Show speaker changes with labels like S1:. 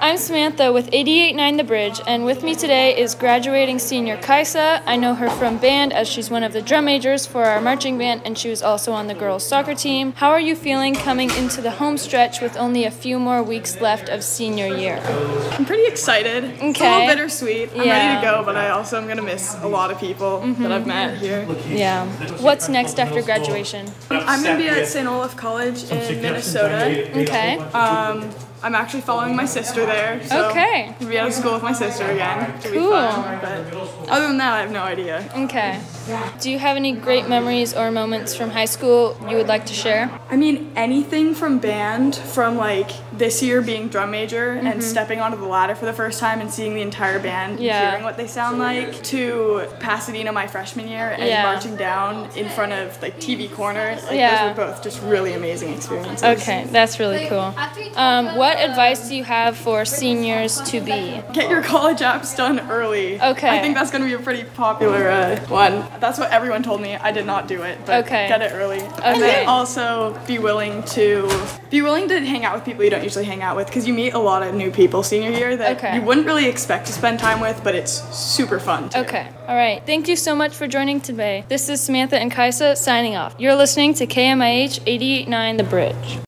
S1: I'm Samantha with 889 The Bridge, and with me today is graduating senior Kaisa. I know her from band as she's one of the drum majors for our marching band, and she was also on the girls' soccer team. How are you feeling coming into the home stretch with only a few more weeks left of senior year?
S2: I'm pretty excited. It's a
S1: Okay.
S2: little bittersweet.
S1: Yeah.
S2: I'm
S1: Mm-hmm.
S2: ready to go, but I also am gonna miss a lot of people that I've met here.
S1: Yeah. What's next after graduation?
S2: I'm gonna be at St. Olaf College in Minnesota.
S1: Okay.
S2: I'm actually following my sister there. So
S1: Okay.
S2: I'll be out of school with my sister again. It'll be
S1: Cool.
S2: fun, but other than that, I have no idea.
S1: Okay. Do you have any great memories or moments from high school you would like to share?
S2: I mean, anything from band, from like this year being drum major
S1: Mm-hmm.
S2: and stepping onto the ladder for the first time and seeing the entire band, and
S1: Yeah.
S2: hearing what they sound like, to Pasadena my freshman year and
S1: Yeah.
S2: marching down in front of like TV Corner. Like,
S1: Yeah.
S2: Those were both just really amazing experiences.
S1: Okay, that's really cool. Um, what advice do you have for seniors to be?
S2: Get your college apps done early.
S1: Okay.
S2: I think that's going to be a pretty popular uh, one. That's what everyone told me. I did not do it, but
S1: Okay.
S2: get it early. And
S1: Okay.
S2: then also be willing to be willing to hang out with people you don't usually hang out with because you meet a lot of new people senior year that
S1: Okay.
S2: you wouldn't really expect to spend time with, but it's super fun. Too.
S1: Okay, all right. Thank you so much for joining today. This is Samantha and Kaisa signing off. You're listening to KMIH 889 The Bridge.